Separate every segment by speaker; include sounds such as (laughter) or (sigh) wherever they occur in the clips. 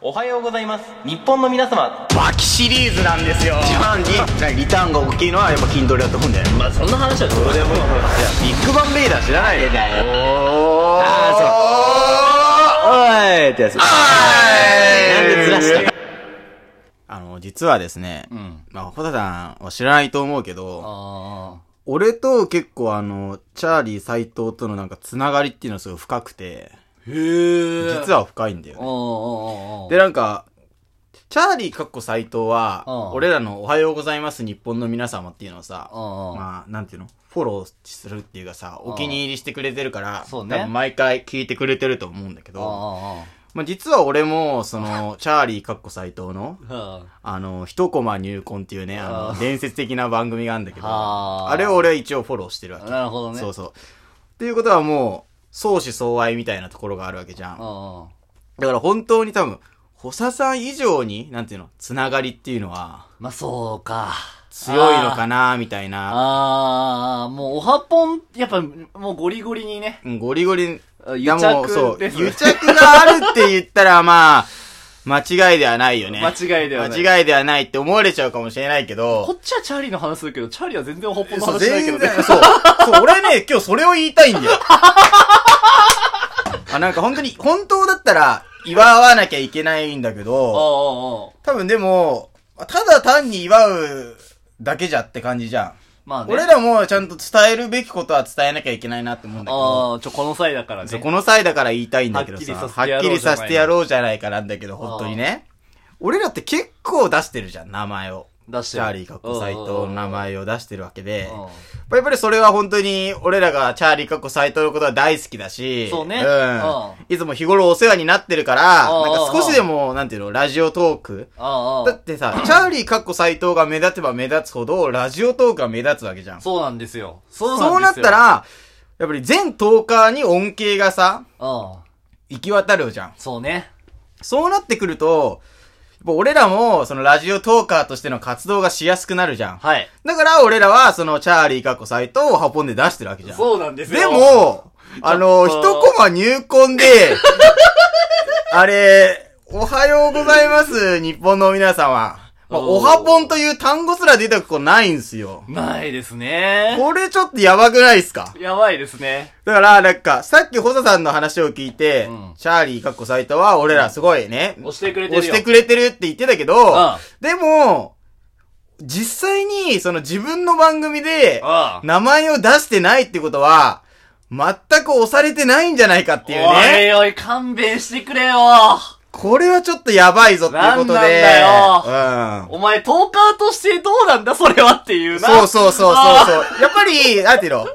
Speaker 1: おはようございます日本の皆様
Speaker 2: バキシリーズなんですよ
Speaker 3: 一番にリターンが大きいのはやっぱ筋トレだと思うんだよね
Speaker 1: まあそんな話はどうでも
Speaker 3: ビッグバンベイダー知らないよ
Speaker 1: だよ
Speaker 3: あーそうおーいってやつなんでずらしたあの、実はですね、
Speaker 2: ん
Speaker 3: まあ、ホタさんは知らないと思うけど、
Speaker 2: あ
Speaker 3: 俺と結構あの、チャーリー斎藤とのなんかつながりっていうのはすごい深くて、
Speaker 2: ーへえ
Speaker 3: 実は深いんだよね
Speaker 2: おーおーおーおー
Speaker 3: で、なんか、チャーリーかっこ斎藤は
Speaker 2: う、ん
Speaker 3: 俺らのおはようございます日本の皆様っていうのをさ、
Speaker 2: うんうん
Speaker 3: まあ、なんていうのフォローするっていうかさ、お気に入りしてくれてるから、
Speaker 2: そうね
Speaker 3: 多分毎回聞いてくれてると思うんだけど、
Speaker 2: あ
Speaker 3: まあ実は俺も、その、
Speaker 2: (laughs)
Speaker 3: チャーリーかっこ斎藤の、
Speaker 2: ーあーあー
Speaker 3: あの、一コマ入魂っていうね、あ
Speaker 2: あ
Speaker 3: の、
Speaker 2: ー
Speaker 3: 伝説的な番組があるんだけど、
Speaker 2: (laughs) あ
Speaker 3: あ
Speaker 2: ー
Speaker 3: れを俺は一応フォローしてるわけ。
Speaker 2: なるほどね
Speaker 3: そうそう。っていうことはもう、相思相愛みたいなところがあるわけじゃん。
Speaker 2: うんうん
Speaker 3: だから本当に多分、補佐さん以上に、なんていうの、つながりっていうのは、
Speaker 2: まあそうか
Speaker 3: 強いのかなみたいな。
Speaker 2: ああ、もう、おはぽん、やっぱ、もうゴリゴリにね。
Speaker 3: うんゴリゴリ、
Speaker 2: あ
Speaker 3: いやもう
Speaker 2: 癒着
Speaker 3: そう、
Speaker 2: です
Speaker 3: 癒着があるって言ったら、まあ、間違いではないよね。
Speaker 2: 間違いではない
Speaker 3: 間違いではないって思われちゃうかもしれないけ
Speaker 2: こ
Speaker 3: ど、
Speaker 2: っちはチャーリーの話するけど、チャーリーは全然おはぽんの
Speaker 3: そう、
Speaker 2: 話しないけど
Speaker 3: 全
Speaker 2: ね。
Speaker 3: 然、そう、そう、俺ね、今日それを言いたいんだ
Speaker 2: (laughs)
Speaker 3: よ。あ、なんか本当に、本当だったら、祝わなきゃいけないんだけ
Speaker 2: ああ、
Speaker 3: ど、
Speaker 2: ああ。
Speaker 3: 多分でも、ただ単に祝うだけじゃって感じじゃん。
Speaker 2: まあね。
Speaker 3: 俺らもちゃんと伝えるべきことは伝えなきゃいけないなって思うんだけど。
Speaker 2: ああ、ちょ、この際だからね。
Speaker 3: そうこの際だから言いたいんだけどさ、は
Speaker 2: は
Speaker 3: っ
Speaker 2: っ
Speaker 3: き
Speaker 2: き
Speaker 3: り
Speaker 2: りさ
Speaker 3: させ
Speaker 2: せ
Speaker 3: て
Speaker 2: て
Speaker 3: や
Speaker 2: や
Speaker 3: ろうじゃないかなんだけど、本当にね。俺らって結構出してるじゃん、名前を。
Speaker 2: 出して
Speaker 3: チ
Speaker 2: る
Speaker 3: ャーリーかっこ斎藤の名前を出してるわけで。
Speaker 2: うん
Speaker 3: やっぱりそれは本当に、俺らがチャーリーかっこ斎藤のことは大好きだし、
Speaker 2: そうね
Speaker 3: ん
Speaker 2: うん。
Speaker 3: いつも日頃お世話になってるから、
Speaker 2: うん
Speaker 3: なんか少しでも、なんていうの、ラジオトーク
Speaker 2: ああ、
Speaker 3: だ
Speaker 2: ああ。
Speaker 3: ってさ、チャーリーかっこ斎藤が目立てば目立つほど、ラジオトークが目立つわけじゃん。そ
Speaker 2: そうなんですよ。そううなん
Speaker 3: な
Speaker 2: です
Speaker 3: った
Speaker 2: よ。
Speaker 3: ら、やっぱり全トーカーに恩恵がさ、
Speaker 2: うん。
Speaker 3: 行き渡るじゃん。
Speaker 2: そうね。
Speaker 3: そうなってくると、やっぱ俺らも、そのラジオトーカーとしての活動がしやすくなるじゃん。
Speaker 2: はい。
Speaker 3: だから俺らは、そのチャーリーかっこ斎藤をハポンで出してるわけじゃん。
Speaker 2: そうなんですよ。
Speaker 3: で、も、あの、
Speaker 2: ちょ
Speaker 3: 一
Speaker 2: っと
Speaker 3: コマ入魂で、 (laughs) あれ、おはようございます、日本の皆様。まあ、お
Speaker 2: おー
Speaker 3: はぽんという単語すら出たことないんすよ。
Speaker 2: ないですね。
Speaker 3: これちょっとやばくないっすか
Speaker 2: やばいですね。
Speaker 3: だから、なんか、さっきホサさんの話を聞いて、
Speaker 2: うん
Speaker 3: チャーリーかっこサイトは、俺らすごいね、
Speaker 2: 押してくれてるよ。
Speaker 3: 押してくれてるって言ってたけど、
Speaker 2: うん
Speaker 3: でも、実際に、その自分の番組で、
Speaker 2: ああ。
Speaker 3: 名前を出してないってことは、全く押されてないんじゃないかっていう
Speaker 2: お
Speaker 3: ね。
Speaker 2: いおい、勘弁してくれよ。
Speaker 3: これはちょっとやばいぞっていうことで。
Speaker 2: なん
Speaker 3: うん。
Speaker 2: お前、トーカーとしてどうなんだ、それはっていうな。
Speaker 3: そうそうそうそうそう。やっぱり、なんていうの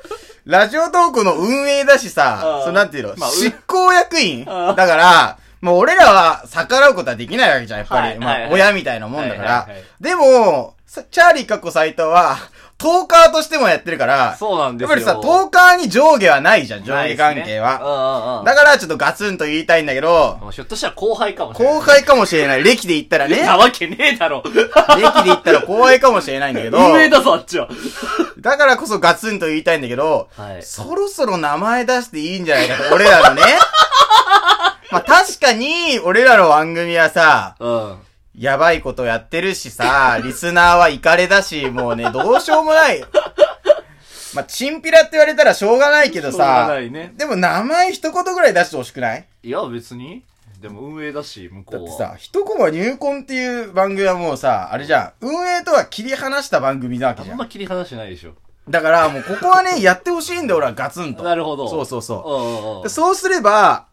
Speaker 3: ラジオトークの運営だしさ
Speaker 2: あ、ー
Speaker 3: そうなんていうの、
Speaker 2: まあうん
Speaker 3: 執行役員
Speaker 2: あ
Speaker 3: だから、もう俺らは逆らうことはできないわけじゃん、やっぱり。
Speaker 2: はい
Speaker 3: まあ、
Speaker 2: はいはい
Speaker 3: 親みたいなもんだから。
Speaker 2: はいはいはい
Speaker 3: でも、さチャーリーかっこ斎藤は、トーカーとしてもやってるから、
Speaker 2: そうなんで
Speaker 3: やっ
Speaker 2: す
Speaker 3: ぱ
Speaker 2: よ。
Speaker 3: りさ、トーカーに上下はないじゃん、上下関係は。
Speaker 2: は
Speaker 3: だからちょっとガツンと言いたいんだけど、
Speaker 2: ひょっとしたら後輩かもしれない。
Speaker 3: 後輩かもしれない。歴で言ったらね。
Speaker 2: なわけねえだろ。
Speaker 3: 歴で言ったら後輩かもしれないん
Speaker 2: (laughs)
Speaker 3: だけど、
Speaker 2: 上だぞ、あっちは。
Speaker 3: だからこそガツンと言いたいんだけど、
Speaker 2: はい
Speaker 3: そろそろ名前出していいんじゃないかと、俺ら
Speaker 2: (laughs)
Speaker 3: のね。まあ確かに、俺らの番組はさ、
Speaker 2: うん。
Speaker 3: やばいことやってるしさ、リスナーはイカレだし、もうね、どうしようもない。まあ、チンピラって言われたらしょうがないけど
Speaker 2: しょうが
Speaker 3: さ、
Speaker 2: ないね
Speaker 3: でも名前一言ぐらい出してほしくない
Speaker 2: いや、別に。でも運営だし、向こ
Speaker 3: だっ
Speaker 2: う
Speaker 3: て
Speaker 2: は。
Speaker 3: さ、一コマ入魂っていう番組はもうさ、あれじゃん、運営とは切り離した番組なわけじ
Speaker 2: あ
Speaker 3: ゃ
Speaker 2: ん
Speaker 3: ん。
Speaker 2: ま切り離してないでしょ。
Speaker 3: だからもうここはね、やってほしいんだよ、俺はガツンと。
Speaker 2: なるほど
Speaker 3: そうそうそうう。でそうすれば、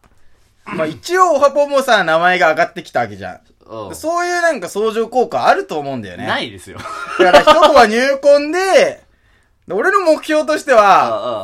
Speaker 3: まあ一応オハポンもさ、名前が上がってきたわけじゃん。
Speaker 2: んうん。うん。
Speaker 3: そういうなんか相乗効果あると思うんだよね。
Speaker 2: ない
Speaker 3: (laughs)
Speaker 2: ですよ。
Speaker 3: だから一コマ入魂で、で俺の目標としては、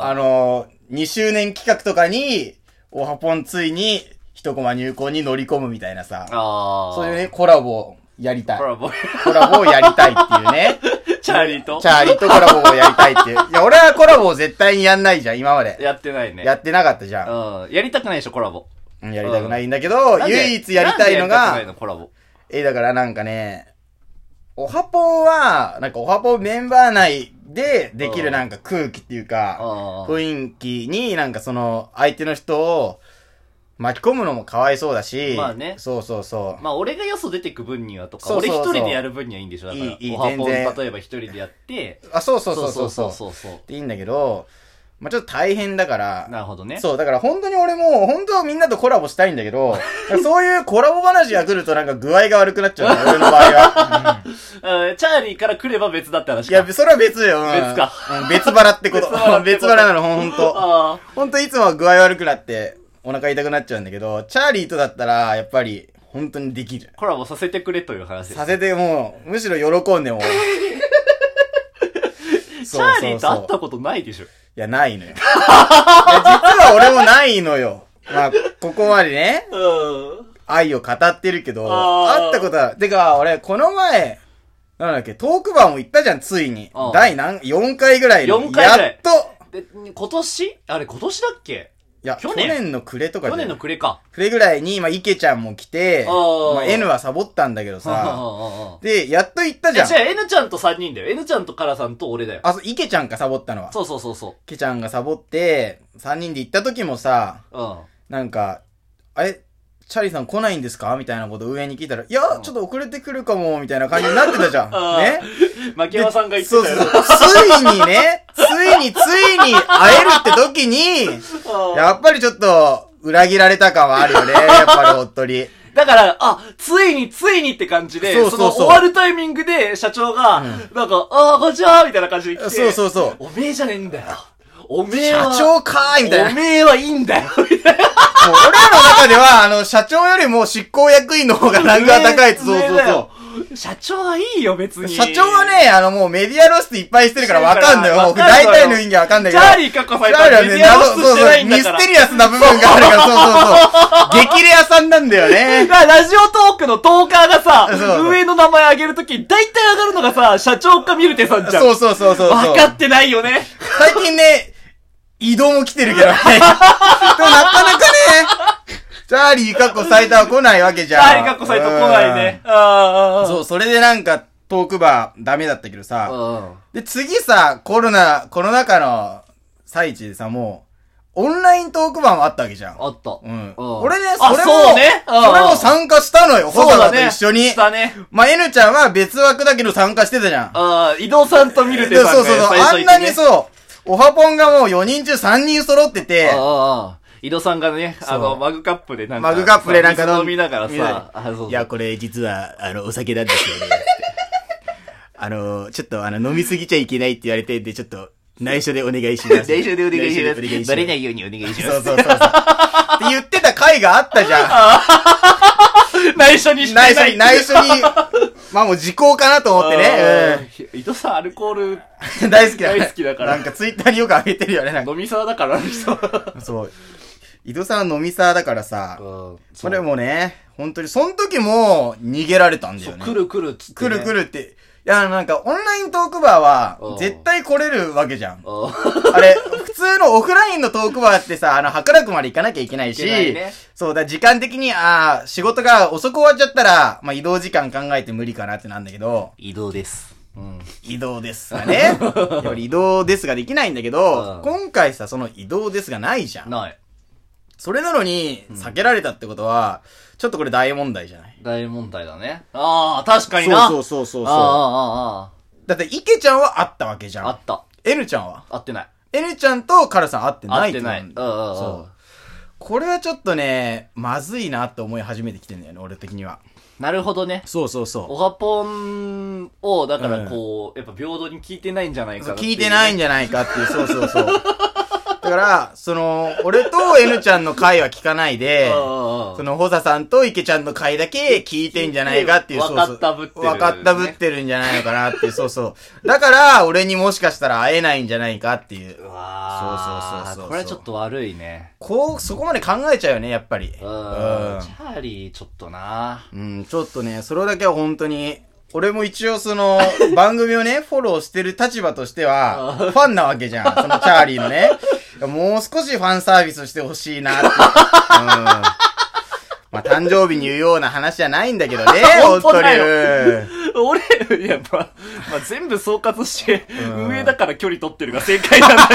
Speaker 2: うんうん
Speaker 3: あの2周年企画とかに、オハポンついに一コマ入魂に乗り込むみたいなさ、
Speaker 2: ああ。
Speaker 3: そういうね、コラボをやりたい
Speaker 2: コ。ラボ。 (laughs)
Speaker 3: コラボをやりたいっていうね。
Speaker 2: チャーリーと
Speaker 3: チャーリーとコラボをやりたいっていう。いや、俺はコラボを絶対にやんないじゃん、今まで。
Speaker 2: やってないね。
Speaker 3: やってなかったじゃん。
Speaker 2: うん。やりたくないでしょ、コラボ。
Speaker 3: うんやりたくないんだけど、
Speaker 2: なんで
Speaker 3: 唯一やりたい
Speaker 2: な
Speaker 3: の
Speaker 2: んでやりたくない
Speaker 3: が、
Speaker 2: のコラボ。
Speaker 3: え、だからなんかね、おはぽんは、なんかおはぽんメンバー内でできる
Speaker 2: うん
Speaker 3: なんか空気っていうか、
Speaker 2: うん
Speaker 3: 雰囲気になんかその相手の人を、巻き込むのもかわいそうだし、
Speaker 2: まあね
Speaker 3: そうそうそう。
Speaker 2: まあ、俺がよそ出てく分にはとか、
Speaker 3: そうそうそう
Speaker 2: 俺一人でやる分にはいいんでしょだから、
Speaker 3: いいいい
Speaker 2: おは
Speaker 3: 全
Speaker 2: ぽん、例え
Speaker 3: 然
Speaker 2: ば一人でやって、
Speaker 3: あ、そうそうそうそうそ
Speaker 2: そ
Speaker 3: う。
Speaker 2: うそうそう
Speaker 3: っていいんだけど、まあちょっと大変だから、
Speaker 2: なるほどね。
Speaker 3: そう、だから本当に俺も、本当はみんなとコラボしたいんだけ
Speaker 2: (laughs)
Speaker 3: ど、そういうコラボ話が来るとなんか具合が悪くなっちゃうの、俺の場合は。うん
Speaker 2: うんチャーリーから来れば別だって話
Speaker 3: い
Speaker 2: か。
Speaker 3: や、それは別よ。うん
Speaker 2: 別か。
Speaker 3: うん別腹ってこと。別
Speaker 2: 別
Speaker 3: 腹
Speaker 2: 腹
Speaker 3: なの、ほんと。
Speaker 2: ああ。
Speaker 3: ほんといつもは具合悪くなって、お腹痛くなっちゃうんだけど、チャーリーとだったら、やっぱり、本当にできる。
Speaker 2: コラボさせてくれという話です
Speaker 3: させてもう、むしろ喜
Speaker 2: (laughs)
Speaker 3: んでも。
Speaker 2: チャーリーと会っ
Speaker 3: そうそうそう
Speaker 2: たことないでしょ。
Speaker 3: いや、ないのよ。いや、実は俺もないのよ。まあ、ここまでね。
Speaker 2: うん。
Speaker 3: 愛を語ってるけど、
Speaker 2: あー
Speaker 3: 会ったことは、てか、俺、この前、なんだっけ、トークバーも行ったじゃん、ついに
Speaker 2: うん。
Speaker 3: 第何、4回ぐらいの。
Speaker 2: 4回ぐらい
Speaker 3: やっと
Speaker 2: で、今年あれ今年だっけ
Speaker 3: いや、去
Speaker 2: 去
Speaker 3: 年
Speaker 2: 年
Speaker 3: の暮れとか
Speaker 2: 去年の
Speaker 3: 暮
Speaker 2: 暮れか。
Speaker 3: れぐらいに、今、池ちゃんも来て、
Speaker 2: あー
Speaker 3: まあ、N はサボったんだけどさ、
Speaker 2: あ
Speaker 3: で、やっと行ったじ
Speaker 2: じゃ
Speaker 3: ゃん
Speaker 2: あ。N ちゃんと3人だよ。N ちゃんとカラさんと俺だよ。
Speaker 3: あ、そう、池ちゃんか、サボったのは。
Speaker 2: そうそうそうそ
Speaker 3: 池ちゃんがサボって、3人で行った時もさ、
Speaker 2: う。うん。
Speaker 3: なんか、あれ、チャリさん来ないんですかみたいなことを上に聞いたら、いや、ちょっと遅れてくるかも、みたいな感じになってたじゃ
Speaker 2: (laughs)
Speaker 3: ん。
Speaker 2: あー
Speaker 3: ね
Speaker 2: 牧山さんが言ってた
Speaker 3: そう
Speaker 2: よ。
Speaker 3: そうそう。ついにね、ついについに会えるって時
Speaker 2: (laughs)
Speaker 3: に、
Speaker 2: うん
Speaker 3: やっぱりちょっと、裏切られた感はあるよね。やっぱり、おっ
Speaker 2: (laughs)
Speaker 3: とり。
Speaker 2: だから、あ、ついについにって感じで、そ
Speaker 3: そ
Speaker 2: う
Speaker 3: そうそう
Speaker 2: の終わるタイミングで社長が、なんか、あー、こんにちはみたいな感じで来て、
Speaker 3: そうそうそう。
Speaker 2: おめえじゃねえんだよ。おめえ
Speaker 3: 社
Speaker 2: は、
Speaker 3: 長かーいみたいな。
Speaker 2: お
Speaker 3: もう
Speaker 2: めえはいいんだよ、みたいな。。
Speaker 3: 俺らの中では、あの、社長よりも執行役員の方がランクが高いって、そうそうそう
Speaker 2: 社長はいいよ、別
Speaker 3: う。
Speaker 2: に。
Speaker 3: 社長は、ね、あの、もうメディア露出いっぱいしてるからわかんのよ。
Speaker 2: わかるわ
Speaker 3: 大体の意味がわかんない
Speaker 2: チ
Speaker 3: け
Speaker 2: ャ
Speaker 3: ど。
Speaker 2: ーリーかっこされたら、メディア露出してないんだか
Speaker 3: ミ
Speaker 2: ら。
Speaker 3: ステリアスな部分があるから、そうそうそ
Speaker 2: (laughs)
Speaker 3: う。激レアさんなんだよね。
Speaker 2: だからラジオトークのトーカーがさ
Speaker 3: そうそう、
Speaker 2: 上の名前あげるとき、大体上がるのがさ、社長かミルテさんじゃん。
Speaker 3: (laughs) そうそうそうそうそう。
Speaker 2: 分かってないよね。
Speaker 3: 最近ね、移動も来てる
Speaker 2: (laughs)
Speaker 3: けどね。でもなかなかね、チャーリーかっこサイトは来ないわけじ
Speaker 2: チ
Speaker 3: ゃん。
Speaker 2: ャーリーかっこされたら来ないね。ああ。
Speaker 3: うん。そう、それでなんかトークバーダメだったけどさ。
Speaker 2: う
Speaker 3: で、次さ、コロナ、コロナ禍の最中でさ、もう、オンライントークバーもあったわけじゃん。
Speaker 2: あった。
Speaker 3: うん。
Speaker 2: うん
Speaker 3: 俺ね、
Speaker 2: あ
Speaker 3: それ
Speaker 2: そう
Speaker 3: も、
Speaker 2: ねうん
Speaker 3: それも参加したのよ、
Speaker 2: そ
Speaker 3: ホ
Speaker 2: う
Speaker 3: タ
Speaker 2: だ
Speaker 3: ダと
Speaker 2: ね。
Speaker 3: 一緒に
Speaker 2: し。たね。
Speaker 3: まあ、N ちゃんは別枠だけど参加してたじゃん。
Speaker 2: ああ、移動さんと見る
Speaker 3: で
Speaker 2: て
Speaker 3: そう
Speaker 2: さんが
Speaker 3: そうそう。あんなに
Speaker 2: う。
Speaker 3: そう、オハポンがもう4人中3人揃ってて、
Speaker 2: ああ、井戸さんがね、
Speaker 3: う
Speaker 2: あの、マグカップでなんか、
Speaker 3: マグカップでなんか
Speaker 2: さ水飲みながら
Speaker 3: みんな
Speaker 2: さ、あ、そうそう。
Speaker 4: いや、これ実は、あの、お酒なんですよね。
Speaker 3: (laughs)
Speaker 4: ってあの、ちょっと、あの、飲みすぎちゃいけないって言われてんで、ちょっと、内緒でお願いします。
Speaker 2: (laughs) 内緒でお願いし
Speaker 4: 内
Speaker 2: ま。
Speaker 4: 緒でお願いしますす
Speaker 2: バレないようにお願いし
Speaker 3: そ
Speaker 2: ま
Speaker 3: うそうそうそう。って言ってた回があったじゃ
Speaker 2: す。
Speaker 3: ん。
Speaker 2: (laughs) 内緒に (laughs) してな
Speaker 3: 内
Speaker 2: い。
Speaker 3: 緒に、内緒に、まあもう時効かなと思ってね。
Speaker 2: ね。井戸さんアルコール
Speaker 3: うん、大好きだ
Speaker 2: 大好きだから
Speaker 3: なんかツイッターによく上げてるよね、なんか。
Speaker 2: (laughs) 飲み (laughs) そうだから、あの人。
Speaker 3: そう。井戸さんは飲みさだからさ、
Speaker 2: うん
Speaker 3: それもね、本当に、その時も逃げられたんだ
Speaker 2: そ
Speaker 3: よ
Speaker 2: う、
Speaker 3: ね。
Speaker 2: 来る来るっつって。
Speaker 3: 来る来
Speaker 2: る。
Speaker 3: るって。いや、なんか、オンライントークバー
Speaker 2: う
Speaker 3: は、
Speaker 2: ん
Speaker 3: 絶対来れるわけじゃん。
Speaker 2: うん
Speaker 3: あれ、普通のオフラインのトークバーってさ、あの、博楽まで行かなきゃいけないし、
Speaker 2: いけないね
Speaker 3: そうだ、時間的に、ああ、仕事が遅く終わっちゃったら、まあ、移動時間考えて無理かなってなんだけど、
Speaker 2: (laughs) 移動です。うん。
Speaker 3: 移動で
Speaker 2: (laughs)
Speaker 3: すがね。やっぱり移動ですができないんだけど
Speaker 2: う、ん
Speaker 3: 今回さ、その移動ですがないじゃん。
Speaker 2: ない。
Speaker 3: それなのに、避けられたってことは、ちょっとこれ大問題じゃない
Speaker 2: 大問題だね。ああ、確かにな。
Speaker 3: そう
Speaker 2: そ
Speaker 3: そうそうそ
Speaker 2: ああ
Speaker 3: うそう。、
Speaker 2: ああ、
Speaker 3: だって、池ちゃんは会ったわけじゃ
Speaker 2: ああ。あ
Speaker 3: ん
Speaker 2: っ。た。
Speaker 3: N ちゃんは
Speaker 2: 合ってない。
Speaker 3: ?N ちゃんとカラさん会ってな
Speaker 2: 合っ
Speaker 3: い
Speaker 2: てない。
Speaker 3: っ
Speaker 2: うん
Speaker 3: て
Speaker 2: うん。
Speaker 3: ことなんだそううんこれはちょっとね、まずいなって思い始めてきてんだよね、俺的には。
Speaker 2: なるほどね。
Speaker 3: そうそうそ。
Speaker 2: オハポンを、だからこう、やっぱ平等に聞いてないんじゃないうかな
Speaker 3: そう
Speaker 2: ってう
Speaker 3: 聞いてないんじゃないかっていう、そうそ
Speaker 2: (laughs)
Speaker 3: うそう。だから、その、俺と N ちゃんの回は聞かないで、
Speaker 2: うんうん
Speaker 3: その、ホサさんと池ちゃんの回だけ聞いてんじゃないかっていう、
Speaker 2: 聞い
Speaker 3: そう
Speaker 2: て
Speaker 3: そ
Speaker 2: 分か
Speaker 3: う。
Speaker 2: ったぶってる
Speaker 3: 分かったぶってるんじゃないのかなっていう、そうそう。だから、俺にもしかしたら会えないんじゃないかっていう
Speaker 2: う。わー
Speaker 3: そうそうそうそうそう
Speaker 2: これはちょっと悪いね。
Speaker 3: こう、そこまで考えちゃうよね、やっぱり。
Speaker 2: うん。チ
Speaker 3: うん
Speaker 2: ャーリー、ちょっとな
Speaker 3: うん、ちょっとね、それだけは本当に、俺も一応
Speaker 2: (laughs)
Speaker 3: その、番組をね、フォローしてる立場としては、ファンなわけじゃん。そのチャーリーのね。もう少しファンサービスしてほしいなって。うん。まあ、誕生日に言うような話じゃないんだけどね、本
Speaker 2: (laughs) 本
Speaker 3: 当
Speaker 2: 当
Speaker 3: に
Speaker 2: だ。よ
Speaker 3: う
Speaker 2: (laughs)
Speaker 3: ん
Speaker 2: 俺、いや、まあ、まあ、全部総括して、
Speaker 3: うん (laughs)
Speaker 2: 上だから距離取ってるが正解なんだ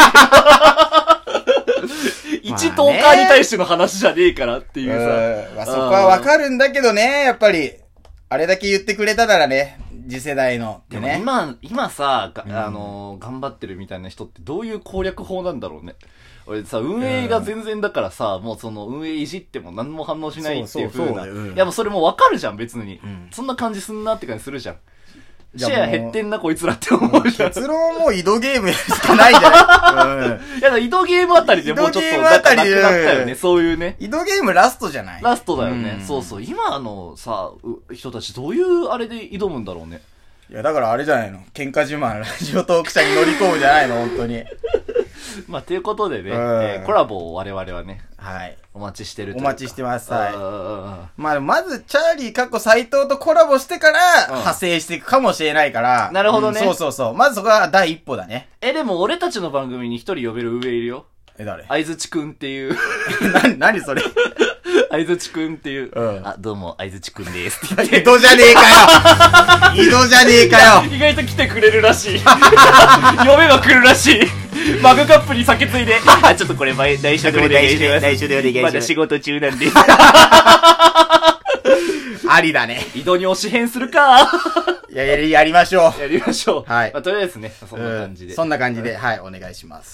Speaker 2: 一トーカーに対しての話じゃねえからっていうさ。
Speaker 3: うんまあ、そこはわかるんだけどね、やっぱり。あれだけ言ってくれたならね、次世代のって
Speaker 2: でも
Speaker 3: ね。
Speaker 2: 今、今さ、があのー、頑張ってるみたいな人ってどういう攻略法なんだろうね。俺さ、運営が全然だからさ、もうその運営いじっても何も反応しないっていう
Speaker 4: そう
Speaker 2: 風
Speaker 4: そう
Speaker 2: な。
Speaker 4: そうだようん
Speaker 2: いやもうそれもわかるじゃん、別に、
Speaker 4: ん
Speaker 2: そんな感じすんなって感じするじゃん。
Speaker 3: じゃ
Speaker 2: シ
Speaker 3: あ
Speaker 2: ェア減ってんな、こいつらって思うじゃん。い
Speaker 4: 結論もう井戸ゲームしかないじゃない、うん、
Speaker 2: や、だから移動ゲームあたりでもうちょっ
Speaker 3: 移
Speaker 2: と、
Speaker 3: 動ゲーム
Speaker 2: な
Speaker 3: あ
Speaker 2: んか
Speaker 3: た
Speaker 2: な
Speaker 3: り
Speaker 2: く
Speaker 3: で
Speaker 2: なったよね、そういうね。
Speaker 3: 移動ゲームラストじゃない
Speaker 2: ラストだよね。
Speaker 3: うん
Speaker 2: そうそう。今のさ、う人たちどういうあれで挑むんだろうね。
Speaker 3: いや、だからあれじゃないの。喧嘩自慢、ラジオトーク社に乗り込むじゃないの、本当に。
Speaker 2: まあ、ということでね、え
Speaker 3: うん
Speaker 2: ーコラボを我々はね、
Speaker 3: はい。
Speaker 2: お待ちしてると
Speaker 3: お待ちしてます。
Speaker 2: うん
Speaker 3: は
Speaker 2: うんうんうん
Speaker 3: い。まあ、まず、チャーリー、過去斎藤とコラボしてから、派生していくかもしれないから。
Speaker 2: なるほどね
Speaker 3: うんそうそうそう。まずそこが第一歩だね。
Speaker 2: え、でも俺たちの番組に一人呼べる上いるよ。
Speaker 3: え、誰
Speaker 2: 相づちくんっていう。 (laughs)
Speaker 3: (laughs) な、なにそれ
Speaker 2: 相づちくんっていう。
Speaker 3: うん
Speaker 2: あ、どうも、相づちくんです
Speaker 3: (laughs)
Speaker 2: って
Speaker 3: 井
Speaker 2: 言って。
Speaker 3: 戸じゃねえ
Speaker 2: (laughs)
Speaker 3: かよ井戸じゃねえかよ
Speaker 2: 意外と来てくれるらしい。 (laughs) 呼べば来るらしい。マグカップに酒ついで。 (laughs) あ、ちょっとこれ、内緒でお願いし
Speaker 3: (laughs)
Speaker 2: ます。
Speaker 4: 内緒でお願いします
Speaker 2: まだ仕事中なんで。
Speaker 3: ありだね。
Speaker 2: 井戸に推し変するか。
Speaker 3: いや、やりやりましょう。
Speaker 2: やりましょう。
Speaker 3: はい
Speaker 2: まあ、とりあえずね、そんな
Speaker 3: う
Speaker 2: 感じで。
Speaker 3: そんな感じで、はい、お願いします。